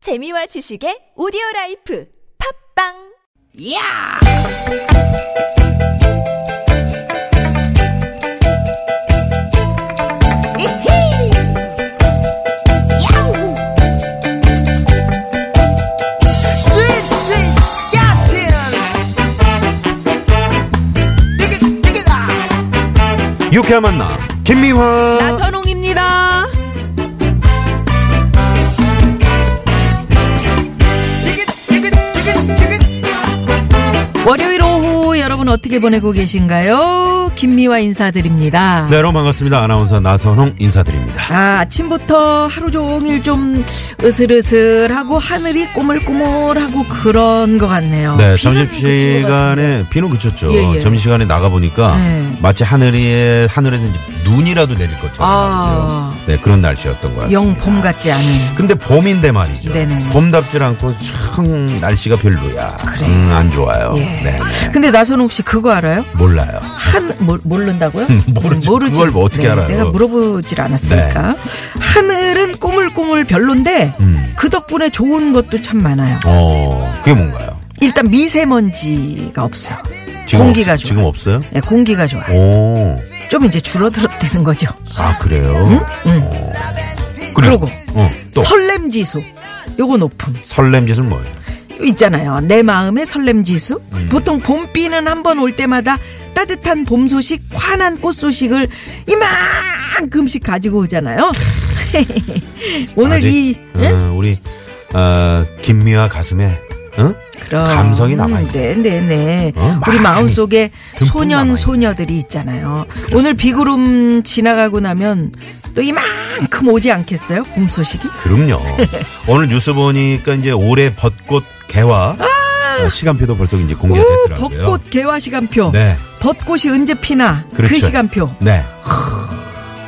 재미와 지식의 오디오 라이프 팝빵 야! 이히! 야우! 스윗 스윗 스캇틴! 디귿 디귿아! 유쾌한 만남 김미화 나선홍입니다. 디귿 디귿 디귿 디귿 월요일 오후 여러분 어떻게 보내고 계신가요? 김미화 인사드립니다. 네 여러분 반갑습니다 아나운서 나선홍 인사드립니다 아, 아침부터 하루 종일 좀 으슬으슬하고 하늘이 꾸물꾸물하고 그런 것 같네요. 네 비는 아, 그친 것 같은데. 점심시간에 비는 그쳤죠 예, 예. 점심시간에 나가보니까 네. 마치 하늘에 하늘에서 이제 눈이라도 내릴 것처럼 그죠? 아. 네 그런 날씨였던 것 같습니다 영봄 같지 않은. 근데 봄인데 말이죠 네네. 봄답질 않고 참 날씨가 별로야 그래요. 음, 안 좋아요 예. 네 근데 나선홍 씨 그거 알아요? 몰라요 한 모, 모른다고요? 음, 모르죠. 그걸 뭐 어떻게 네, 알아요? 네. 내가 물어보질 않았으니까. 하늘은 꾸물꾸물 별론데 음. 그 덕분에 좋은 것도 참 많아요. 어 그게 뭔가요 일단 미세먼지가 없어. 지금 공기가 없, 좋아. 지금 없어요 네, 공기가 좋아. 오아 아, 좀 이제 줄어들었다는 거죠. 그래요 응. 어. 그러고 어, 또 설렘 지수. 요거 높음. 설렘짓은 뭐예요? 요 있잖아요. 내 마음의 설렘 지수. 보통 봄비는 한 번 올 때마다 따뜻한 봄 소식, 환한 꽃 소식을 이만큼씩 가지고 오잖아요. 오늘 아직, 이 예? 어, 우리 어, 김미화 가슴에 어? 그럼. 감성이 남아있네. 음, 네네네. 어, 많이 우리 마음 속에 듬뿍 소년 남아있네. 소녀들이 있잖아요. 오늘 비구름 지나가고 나면 또 이만큼 오지 않겠어요? 봄 소식이? 그럼요. 오늘 뉴스 보니까 이제 올해 벚꽃 개화 어, 시간표도 벌써 이제 공개가 아! 오, 됐더라고요. 벚꽃 개화 시간표. 네, 벚꽃이 언제 피나 그 그렇죠. 시간표. 네.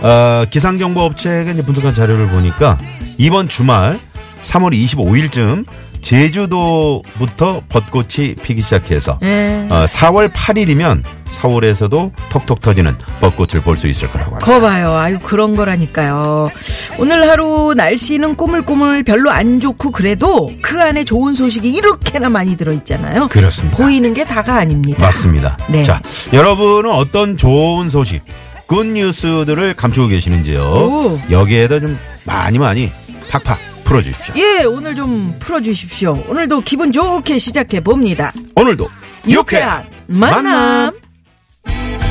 어, 기상정보업체가 이제 분석한 자료를 보니까 이번 주말 3월 25일쯤 제주도부터 벚꽃이 피기 시작해서 예. 어, 4월 8일이면 서울에서도 톡톡 터지는 벚꽃을 볼 수 있을 거라고 합니다. 거 봐요. 아유 그런 거라니까요. 오늘 하루 날씨는 꼬물꼬물 별로 안 좋고 그래도 그 안에 좋은 소식이 이렇게나 많이 들어 있잖아요. 그렇습니다. 보이는 게 다가 아닙니다. 맞습니다. 네. 자, 여러분은 어떤 좋은 소식, 굿 뉴스들을 감추고 계시는지요? 오. 여기에다 좀 많이 많이 팍팍 풀어주십시오. 예, 오늘 좀 풀어주십시오. 오늘도 기분 좋게 시작해 봅니다. 오늘도 유쾌한 만남. 만남.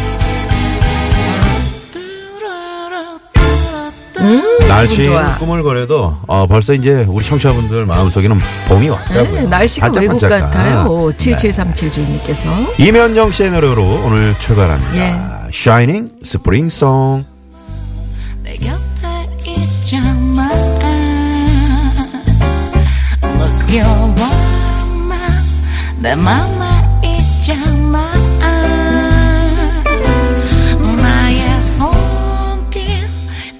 음, 날씨 기분 좋아. 꾸물거려도 어, 벌써 이제 우리 청취자분들 마음속에는 봄이 왔더라고요. 네, 날씨가 외국 반짝반짝. 같아요. 네. 7737 주인님께서. 이면영 씨의 노래로 오늘 예. 출발합니다. Shining Spring Song. 내 곁에 있잖아 느껴와 나내 맘에 있잖아 나의 손길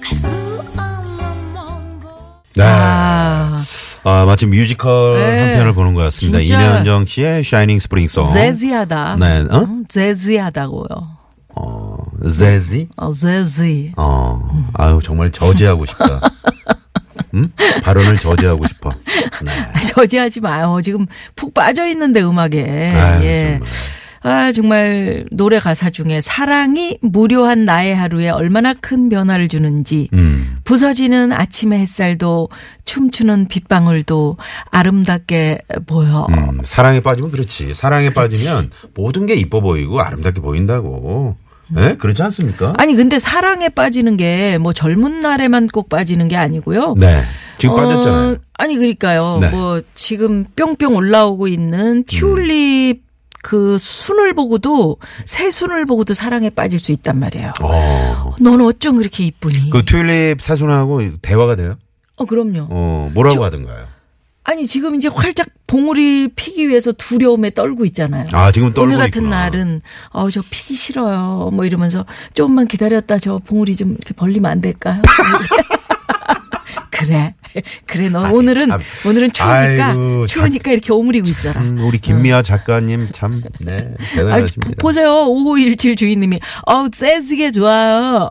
갈 수 없는 먼곳 네. 아, 아, 마침 뮤지컬 네. 한 편을 보는 것 같습니다. 진짜. 이면정 씨의 Shining Spring Song. 재즈하다. 어? 네, 어? 음, 재즈하다고요. 어, 재즈? 어, 재즈. 어, 아유, 정말 저지하고 싶다. 음? 발언을 저지하고 싶어. 네. 저지하지 마요. 지금 푹 빠져 있는데 음악에. 아유, 정말. 예. 아 정말 노래 가사 중에 사랑이 무료한 나의 하루에 얼마나 큰 변화를 주는지 음. 부서지는 아침의 햇살도 춤추는 빗방울도 아름답게 보여. 음, 사랑에 빠지면 그렇지. 사랑에 빠지면 모든 게 이뻐 보이고 아름답게 보인다고. 예? 그렇지 않습니까? 아니 근데 사랑에 빠지는 게 뭐 젊은 날에만 꼭 빠지는 게 아니고요. 네. 지금 어, 빠졌잖아요. 아니 그러니까요. 네. 뭐 지금 뿅뿅 올라오고 있는 튤립 그 순을 보고도 새 순을 보고도 사랑에 빠질 수 있단 말이에요. 어. 넌 어쩜 그렇게 이쁘니? 그 튤립 사순하고 대화가 돼요? 어 그럼요. 어, 뭐라고 하던가요? 아니 지금 이제 활짝 봉우리 피기 위해서 두려움에 떨고 있잖아요. 아, 지금 떨고 오늘 같은 있구나. 날은 어 저 피기 싫어요. 뭐 이러면서 조금만 기다렸다 저 봉우리 좀 이렇게 벌리면 안 될까요? 그래. 그래 너 아이, 오늘은 참. 오늘은 추우니까 아이고, 추우니까 이렇게 오므리고 있어라. 음, 우리 김미아 작가님 참, 네, 아, 대단하십니다. 보세요. 5517 주인님이 어우 센스게 좋아요.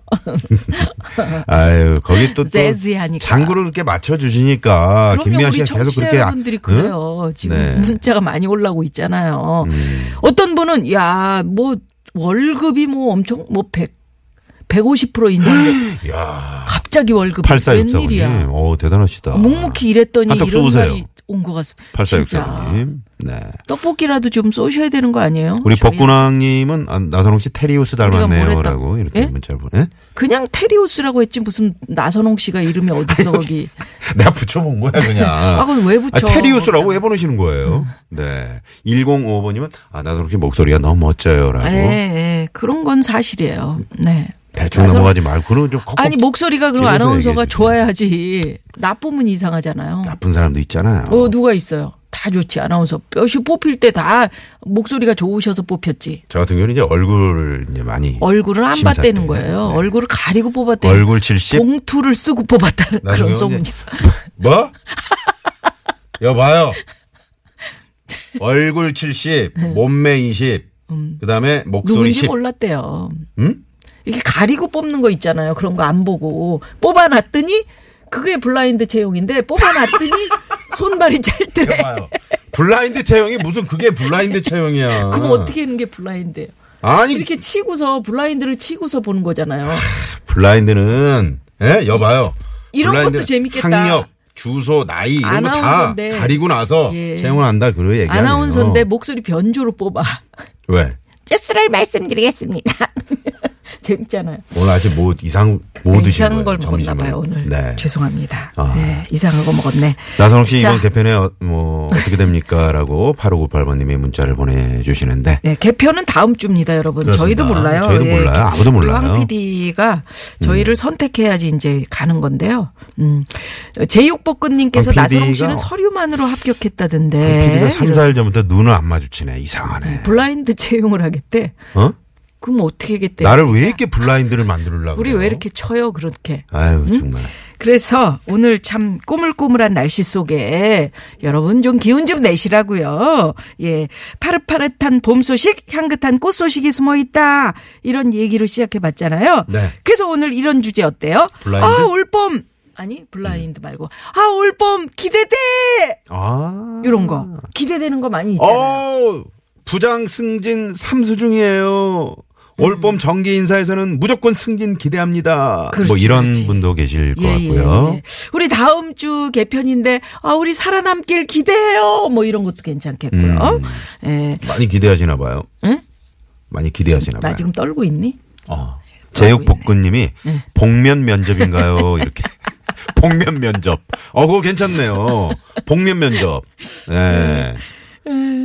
아유, 거기 또, 또 재즈하니까. 장구를 그렇게 맞춰주시니까, 그러면 김미아 우리 씨가 계속 청취자 그렇게. 아- 여러분들이 응? 그래요. 지금 네. 음. 문자가 많이 올라오고 있잖아요. 어떤 분은 야, 뭐 월급이 뭐 엄청 뭐 100, 150% 인상돼. 야 갑자기 월급이 8464님. 웬일이야. 오, 대단하시다. 묵묵히 일했더니 한턱 이런 쏘보세요. 날이 온 것 같습니다. 8464님. 8464님. 네. 떡볶이라도 좀 쏘셔야 되는 거 아니에요? 우리 어, 저희 벚군왕님은 아, 나선홍 씨 테리우스 뭘 했다- 닮았네요라고 이렇게 예? 문자를 보내. 예? 그냥 테리우스라고 했지 무슨 나선홍 씨가 이름이 어딨어 거기. 내가 붙여본 거야 그냥. 아, 그건 왜 붙여? 뭐 음. 아, 테리우스라고 해보내시는 거예요. 네. 105번님은 아 나선홍 씨 목소리가 너무 멋져요라고. 예, 예. 그런 건 사실이에요. 네. 대충 나선- 넘어가지 말고는 좀 콕콕 아니 목소리가 그럼 집에서 아나운서가 얘기해 주세요. 좋아야지. 나쁘면 이상하잖아요. 나쁜 사람도 있잖아요. 어 누가 있어요? 다 좋지 아나운서. 어, 뼈시 뽑힐 때 다 목소리가 좋으셔서 뽑혔지. 저 같은 경우는 이제 얼굴 이제 많이 얼굴을 안 심사 봤다는 때. 거예요. 네. 얼굴을 가리고 뽑았다는 얼굴 70. 봉투를 쓰고 뽑았다는 나중에 그런 이제- 소문이 있어. 뭐? 여봐요. 얼굴 70, 몸매 20, 그 다음에 목소리 네. 누군지 10. 몰랐대요. 음? 이렇게 가리고 뽑는 거 있잖아요. 그런 거 안 보고 뽑아놨더니 그게 블라인드 채용인데 뽑아놨더니 손발이 짧더래. 여봐요. 블라인드 채용이 무슨 그게 블라인드 채용이야. 그럼 어떻게 하는 게 블라인드예요? 아니 이렇게 치고서 블라인드를 치고서 보는 거잖아요. 블라인드는 예 여봐요. 이런 것도 블라인드는 재밌겠다. 학력, 주소, 나이 이런 거 다 아나운서인데. 가리고 나서 예. 채용을 한다 그 얘기하네요. 아나운서인데 뭐- 목소리 변조로 뽑아. 왜? 뉴스를 말씀드리겠습니다. 재밌잖아요. 오늘 아직 뭐 이상 뭐 드신 네, 거예요? 이상한 걸 먹었나 점심을? 봐요 오늘. 네. 죄송합니다. 아. 네, 이상한 거 먹었네. 나선홍 씨 자. 이번 개편에 어, 뭐 어떻게 됩니까라고 8598번님이 문자를 보내주시는데 네, 개편은 다음 주입니다, 여러분. 그렇습니다. 저희도 몰라요. 저희도 몰라요. 아무도 우리 몰라요. 음. 황 PD가 저희를 선택해야지 이제 가는 건데요. 음. 제육볶음님께서 황 나선홍 PD 가 씨는 서류만으로 합격했다던데. PD가 3, 4일 전부터 눈을 안 마주치네 음, 이상하네. 블라인드 채용을 하겠대. 어? 그럼 어떻게 하겠대? 나를 왜 이렇게 블라인드를 만들려고? 네. 우리 왜 이렇게 음? 쳐요, 그렇게? 아유 정말. 그래서 오늘 참 꼬물꼬물한 날씨 속에 여러분 좀 기운 좀 내시라고요. 예. 파릇파릇한 봄 소식, 향긋한 꽃 소식이 숨어 있다. 이런 얘기로 시작해 봤잖아요. 네. 그래서 오늘 이런 주제 어때요? 블라인드? 아, 올봄. 아니, 블라인드 말고. 아, 올봄 기대돼. 아. 이런 거. 기대되는 거 많이 있잖아요. 어 부장 승진 삼수 중이에요. 올봄 정기 인사에서는 무조건 승진 기대합니다. 음. 그렇지, 뭐 이런 그렇지. 분도 계실 것 예, 같고요. 예, 예. 우리 다음 주 개편인데 아 우리 살아남길 기대해요. 뭐 이런 것도 괜찮겠고요. 예. 많이 기대하시나 봐요. 응? 많이 기대하시나 봐요. 나 지금 떨고 있니? 어. 네. 제육볶음님이 복면 면접인가요? 이렇게. 복면 면접. 어, 그거 괜찮네요. 복면 면접. 예.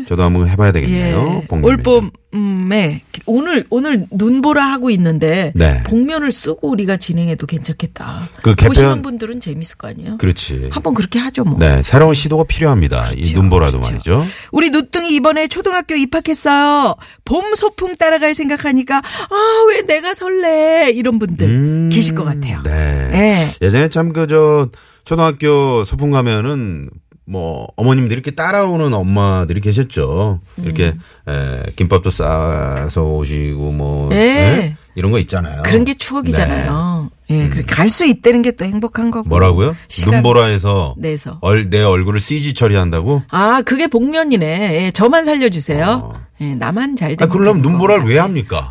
저도 한번 해봐야 되겠네요. 예. 복면 면접. 올봄에 오늘 오늘 눈보라 하고 있는데 네. 복면을 쓰고 우리가 진행해도 괜찮겠다. 그 개편- 보시는 분들은 재밌을 거 아니에요. 그렇지. 한번 그렇게 하죠 뭐. 네. 새로운 시도가 필요합니다. 이 그렇죠. 눈보라도 그렇죠. 말이죠. 우리 누뚱이 이번에 초등학교 입학했어요. 봄 소풍 따라갈 생각하니까 아 왜 내가 설레 이런 분들 계실 것 같아요. 음, 네. 예. 예전에 참 그 저 초등학교 소풍 가면은 뭐 어머님들이 이렇게 따라오는 엄마들이 계셨죠. 이렇게 음. 에, 김밥도 싸서 오시고 뭐 예. 예? 이런 거 있잖아요. 그런 게 추억이잖아요. 예, 그래 갈수 있다는 게 또 행복한 거고. 네. 음. 뭐라고요? 시간 네. 눈보라에서 내서. 얼- 내 얼굴을 CG 처리한다고? 아, 그게 복면이네. 예, 저만 살려주세요. 예, 나만 잘 아, 되면 그러려면 되는 눈보라를 겁니다. 왜 합니까?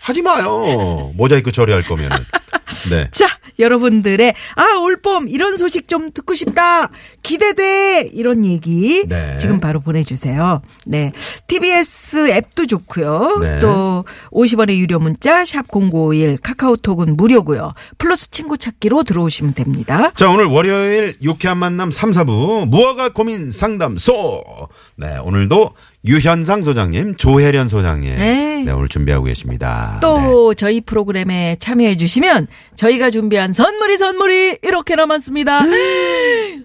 하지 마요. 모자이크 처리할 거면은. 네. 자, 여러분들의 아, 올봄 이런 소식 좀 듣고 싶다. 기대돼. 이런 얘기 네. 지금 바로 보내 주세요. 네. TBS 앱도 좋고요. 네. 또 50원의 유료 문자 샵 0951 카카오톡은 무료고요. 플러스 친구 찾기로 들어오시면 됩니다. 자, 오늘 월요일 유쾌한 만남 3, 4부 무허가 고민 상담소. 네, 오늘도 유현상 소장님, 조혜련 소장님. 네. 네, 오늘 준비하고 계십니다. 또 네. 저희 프로그램에 참여해 주시면 저희가 준비한 선물이 선물이 이렇게 남았습니다. 네.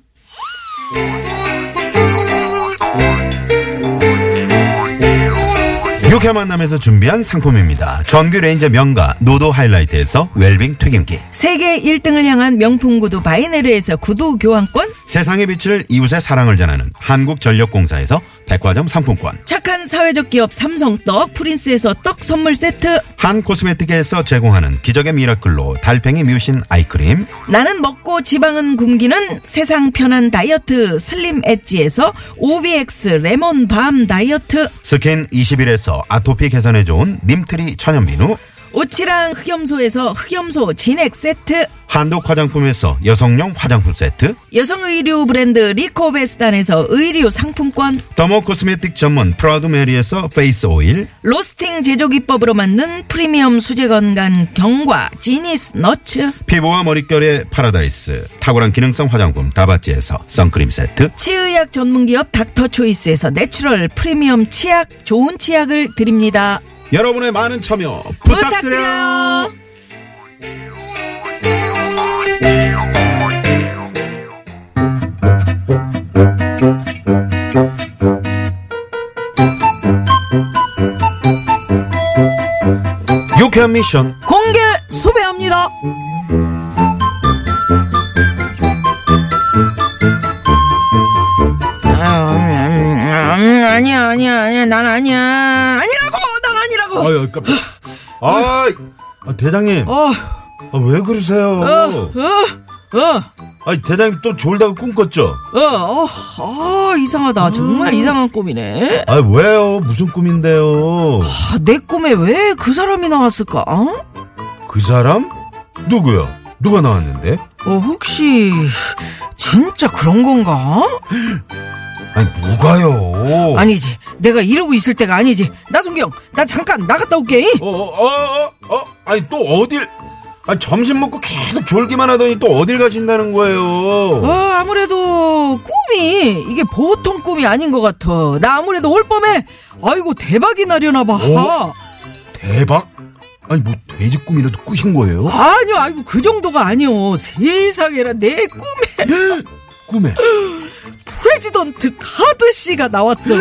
유쾌한 유쾌한 만남에서 준비한 상품입니다. 전규 레인저 명가 노도 하이라이트에서 웰빙 튀김기. 세계 1등을 향한 명품 구두 바이네르에서 구두 교환권 세상의 빛을 이웃의 사랑을 전하는 한국전력공사에서 백화점 상품권. 착한 사회적 기업 삼성떡 프린스에서 떡 선물 세트 한 코스메틱에서 제공하는 기적의 미라클로 달팽이 뮤신 아이크림. 나는 먹고 지방은 굶기는 세상 편한 다이어트 슬림 엣지에서 OBX 레몬 밤 다이어트 스킨 21에서 아토피 개선에 좋은 님트리 천연비누. 오치랑 흑염소에서 흑염소 진액 세트 한독 화장품에서 여성용 화장품 세트. 여성 의류 브랜드 리코베스단에서 의류 상품권 더모 코스메틱 전문 프라우드 메리에서 페이스 오일. 로스팅 제조 기법으로 만든 프리미엄 수제 건강 경과 지니스 너츠 피부와 머릿결의 파라다이스. 탁월한 기능성 화장품 다바찌에서 선크림 세트. 치의학 전문기업 닥터초이스에서 내추럴 프리미엄 치약 좋은 치약을 드립니다 여러분의 많은 참여 부탁드려요. 부탁드려요. 유쾌한 미션. 공개 수배합니다. 아, 아니야 아니야 아니야 난 아니야 아니라고 난 아니라고 아유, 깜 아, 아, 대장님. 어. 어어어 어. 아, 왜 그러세요? 아니, 대장님 또 졸다가 꿈꿨죠? 어, 어, 어, 이상하다 정말 음. 이상한 꿈이네 아, 왜요? 무슨 꿈인데요? 아, 내 꿈에 왜 그 사람이 나왔을까 어? 그 사람? 누구야? 누가 나왔는데? 어, 혹시 진짜 그런 건가? 아니, 뭐가요? 아니지. 내가 이러고 있을 때가 아니지. 나성경, 나 잠깐 나갔다 올게. 어, 어, 어, 어, 어, 아니, 또 어딜, 아, 점심 먹고 계속 졸기만 하더니 또 어딜 가신다는 거예요? 어, 아무래도 꿈이 이게 보통 꿈이 아닌 것 같아. 나 아무래도 올 밤에 아이고 대박이 나려나 봐. 어? 대박? 아니, 뭐, 돼지 꿈이라도 꾸신 거예요? 아니요, 아이고 그 정도가 아니요. 세상에나 내 꿈에 예, 꿈에. 프레지던트 카드 씨가 나왔어.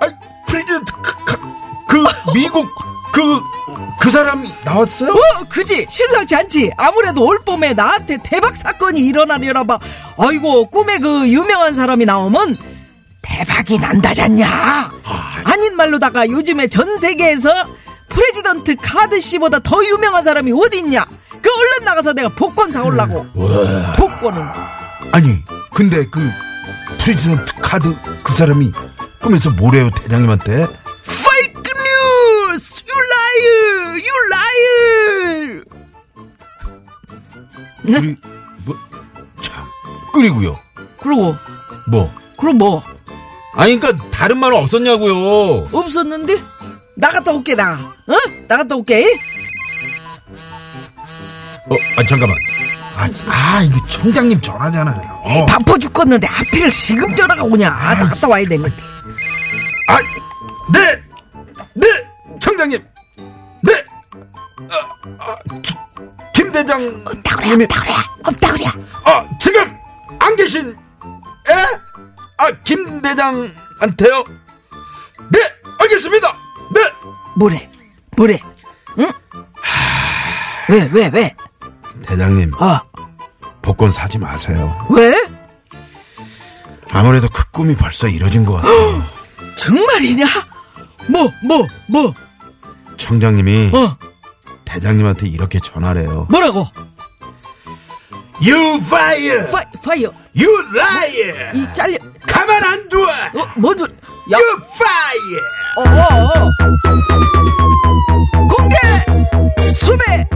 아니, 프리젠트, 그, 그, 미국, 그, 그 사람이 나왔어요? 어, 그지 심상치 않지. 아무래도 올 봄에 나한테 대박 사건이 일어나려나 봐. 아이고 꿈에 그 유명한 사람이 나오면 대박이 난다잖냐. 아닌 말로다가 요즘에 전 세계에서 프레지던트 카드 씨보다 더 유명한 사람이 어딨냐? 그 얼른 나가서 내가 복권 음. 사올라고. 와. 복권은 아니, 근데 그, 프리젠트 카드 그 사람이 꿈에서 뭐래요, 대장님한테? 페이크 뉴스. 유 라이어, 유 라이어. 네? 그리, 뭐, 참. 그리고요, 그러고 뭐. 그럼 뭐 아니, 그니까, 다른 말은 없었냐고요. 없었는데? 나갔다 올게 나. 어? 나갔다 올게. 어, 아, 잠깐만. 아, 아, 이거 청장님 전화잖아요. 에이, 바빠 죽겠는데 하필 지금 전화가 오냐? 아, 갔다 와야 되는데. 아, 네! 네! 청장님! 네! 아, 아, 기- 김 대장. 없다 그래 없다 그래 없다 그래 아, 지금 안 계신, 에? 아, 김 대장한테요? 네! 알겠습니다! 네! 뭐래? 뭐래? 응? 왜, 왜, 왜? 대장님, 아, 복권 사지 마세요. 왜? 아무래도 그 꿈이 벌써 이뤄진 것 같아요. 정말이냐? 뭐, 뭐, 뭐, 청장님이 어, 대장님한테 이렇게 전화래요. 뭐라고? You fire! 파이, 파이어, You liar! 이 잘려, 가만 안 두어! 어, 뭔 소리? 야, You fire! 어, 어, 어. 공개 수배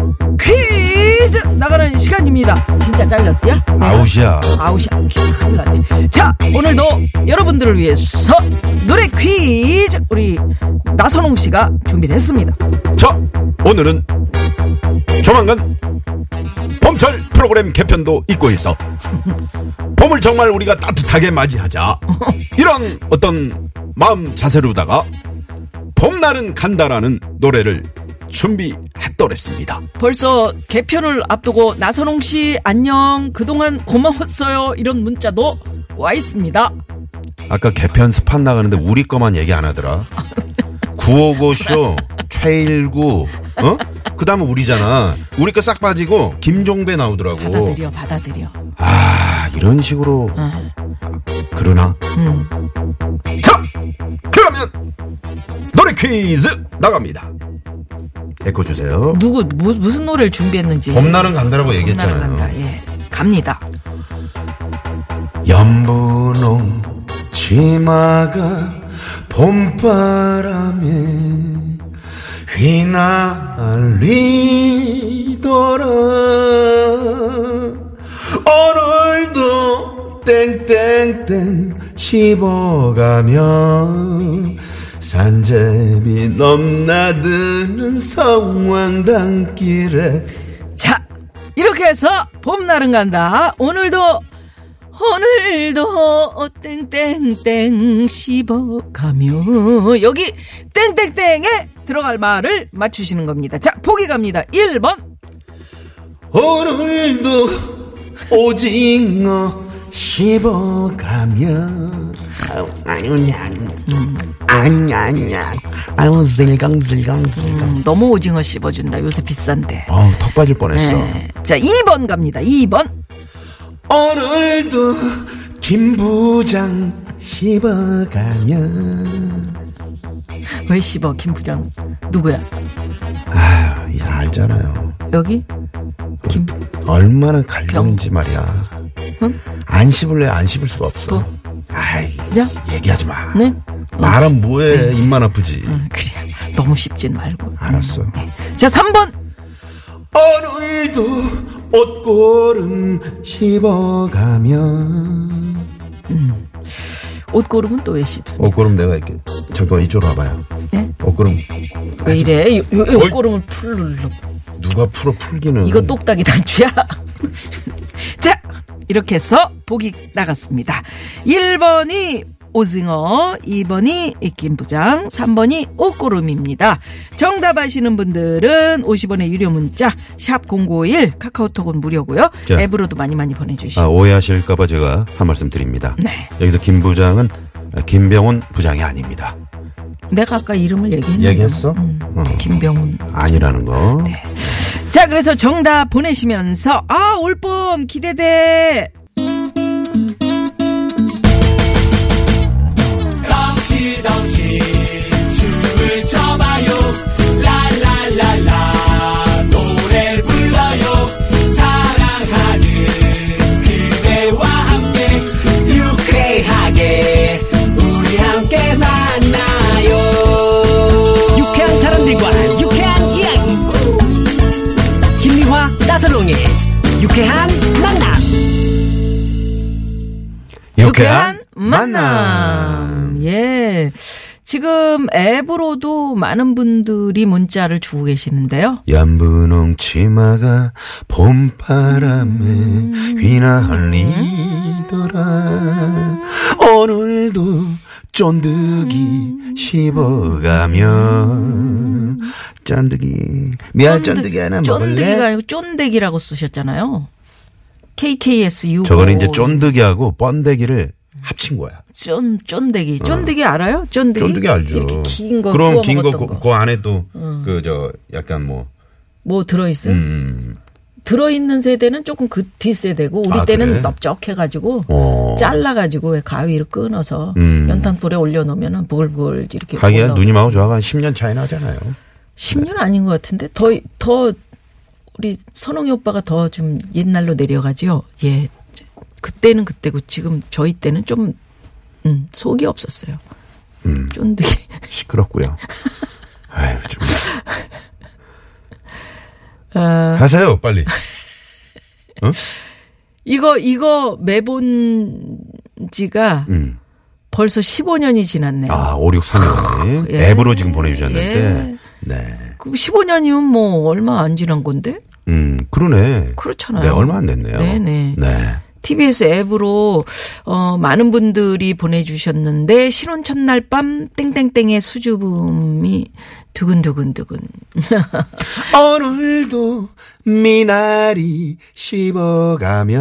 퀴즈 나가는 시간입니다. 진짜 잘렸대야? 아웃이야. 아우씨 큰일 났네 자 오늘도 여러분들을 위해서 노래 퀴즈 우리 나선홍 씨가 준비를 했습니다 자, 오늘은 조만간 봄철 프로그램 개편도 있고 해서 봄을 정말 우리가 따뜻하게 맞이하자. 이런 어떤 마음 자세로다가 봄날은 간다라는 노래를 준비했더랬습니다. 벌써 개편을 앞두고 나선홍 씨 안녕 그동안 고마웠어요 이런 문자도 와 있습니다 아까 개편 스팟 나가는데 우리 거만 얘기 안 하더라. 구호고쇼, 최일구, 어? 그 다음에 우리잖아. 우리 거 싹 빠지고, 김종배 나오더라고. 받아들여, 받아들여. 아, 이런 식으로. 아, 그러나? 자! 그러면, 노래 퀴즈 나갑니다. 에코 주세요. 누구 무, 무슨 노래를 준비했는지. 봄날은 간다라고 봄날은 얘기했잖아요. 간다. 예. 갑니다. 연분홍 치마가 봄바람에 휘날리더라 오늘도 땡땡땡 씹어가며 산재비 넘나드는 성황당길에 자, 이렇게 해서 봄날은 간다. 오늘도 오늘도 땡땡땡 씹어가며 여기 땡땡땡에 들어갈 말을 맞추시는 겁니다. 자, 보기 갑니다. 1번 오늘도 오징어 씹어가며 아유, 아니냐. 아니, 아니야. 아유, 슬렁슬렁슬렁. 너무 오징어 씹어준다. 요새 비싼데. 어, 턱 빠질 뻔했어 네. 자, 2번 갑니다. 2번 오늘도 김 부장 씹어가며 왜 씹어 김 부장 누구야? 아 이제 알잖아요 여기 김 얼마나 갈등인지 말이야 응? 안 씹을래 안 씹을 수가 없어 뭐? 아이 야? 얘기하지 마 네? 말은 뭐해 입만 아프지 음, 그래 너무 씹진 말고. 네. 알았어 자, 3번 오늘도 옷고름 씹어가며 옷고름은 또 왜 씹습니까? 옷고름 내가 이렇게 잠깐 이쪽으로 와봐요. 네? 옷고름 왜 이래? 요, 요, 옷고름을 풀로 누가 풀어 풀기는 이거 똑딱이 단추야. 자, 이렇게 해서 보기 나갔습니다. 1번이 오징어, 2번이 김부장, 3번이 옷고름입니다. 정답 아시는 분들은 50원의 유료 문자, 샵0951, 카카오톡은 무료고요 자. 앱으로도 많이 많이 보내주시고. 아, 오해하실까봐 제가 한 말씀 드립니다. 네. 여기서 김 부장은 아, 김병훈 부장이 아닙니다. 내가 아까 이름을 얘기했는데. 얘기했어? 어. 음. 김병훈. 네. 아니라는 거. 자, 그래서 정답 보내시면서, 아, 올봄 기대돼. 유쾌한 사람들과 유쾌한 이야기 김미화 나서롱의 유쾌한 만남 유쾌한 만남. 예. 지금 앱으로도 많은 분들이 문자를 주고 계시는데요. 연분홍 치마가 봄바람에 휘날리더라 오늘도 쫀득이 씹어가며 쫀득이 미아 쫀득이 하나 쫀득이가 먹을래? 아니고 쫀득이라고 쓰셨잖아요. KKSU. 저거는 이제 쫀득이하고 번데기를 합친 거야. 쫀, 쫀득이. 쫀득이 알아요? 쫀득이. 어. 쫀득이 알죠. 네? 이렇게 긴 거. 어. 그럼 구워 긴 거, 먹었던 그, 그 안에 또그 저 약간 뭐 뭐 들어있어요? 음, 들어있는 세대는 조금 그 뒷세대고, 우리 아, 때는 그래? 넓적해가지고, 어. 잘라가지고, 왜 가위로 끊어서, 음. 연탄불에 올려놓으면은, 보글보글 이렇게. 하기야 올라오고. 누님하고 저하고 한 10년 차이 나잖아요. 10년 아닌 것 같은데 더 더 우리 선홍이 오빠가 더 좀 옛날로 내려가지요. 예. 그때는 그때고 지금 저희 때는 좀 음, 속이 없었어요. 음. 쫀득이. 시끄럽고요. 아유 좀 하세요 빨리. 이거 이거 매본 지가 음. 벌써 15년이 지났네요. 아 5636님 예. 앱으로 지금 보내주셨는데 예. 네. 그 15년이면 뭐 얼마 안 지난 건데? 음 그러네. 그렇잖아요. 네 얼마 안 됐네요. 네네. 네. TBS 앱으로 어 많은 분들이 보내주셨는데 신혼 첫날 밤 땡땡땡의 수줍음이 두근두근두근 오늘도 미나리 씹어가며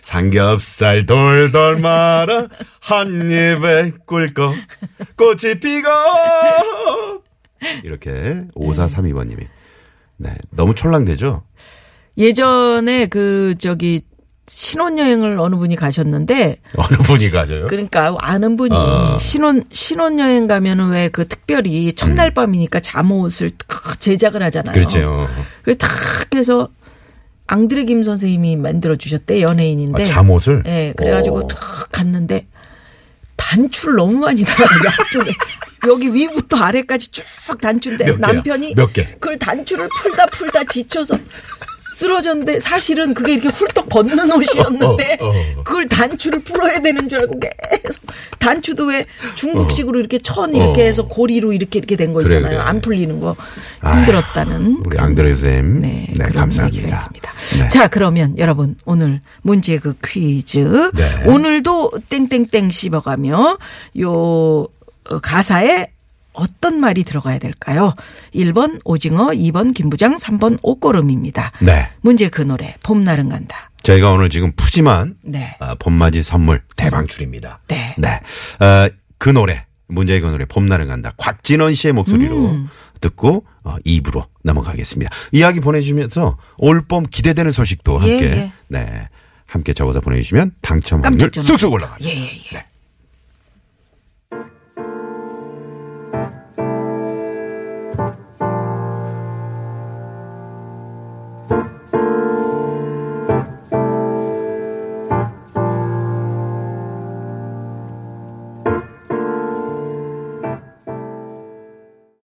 삼겹살 돌돌 말아 한 입에 꿀꺽 꽃이 피고 이렇게 5432번님이 네 너무 촐랑대죠 예전에 그 저기 신혼여행을 어느 분이 가셨는데 어느 분이 가져요 그러니까 아는 분이 아. 신혼 신혼여행 가면은 왜 그 특별히 첫날 밤이니까 잠옷을 탁 제작을 하잖아요. 음. 그렇죠 그탁 해서 앙드레 김 선생님이 만들어 주셨대 연예인인데. 아, 잠옷을? 예. 그래가지고 오. 탁 갔는데 단추를 너무 많이 달아요 양쪽에. 여기 위부터 아래까지 쭉 단추인데 몇 개야? 남편이 몇 개? 그걸 단추를 풀다 풀다 지쳐서 쓰러졌는데 사실은 그게 이렇게 훌떡 벗는 옷이었는데 어, 어, 어. 그걸 단추를 풀어야 되는 줄 알고 계속 단추도 왜 중국식으로 이렇게 천 이렇게 어. 해서 고리로 이렇게 이렇게 된 거 그래, 그래. 있잖아요. 안 풀리는 거 힘들었다는 우리 앙드레 쌤 네, 네, 그런 감사합니다 얘기가 있습니다. 네. 자, 그러면 여러분 오늘 문제 그 퀴즈 네. 오늘도 땡땡땡 씹어가며 요 어, 가사에 어떤 말이 들어가야 될까요? 1번 오징어, 2번 김부장, 3번 옷걸음입니다. 네. 문제 그 노래 봄날은 간다. 저희가 오늘 지금 푸짐한 네. 아, 봄맞이 선물 대방출입니다. 네. 어, 그 노래 문제의 그 노래 봄날은 간다. 곽진원 씨의 목소리로 음. 듣고 어, 2부로 넘어가겠습니다. 이야기 보내주면서 올봄 기대되는 소식도 예, 함께 예. 네 함께 적어서 보내주시면 당첨 확률 깜짝 전화. 쑥쑥 올라가요. 예, 예, 예. 네.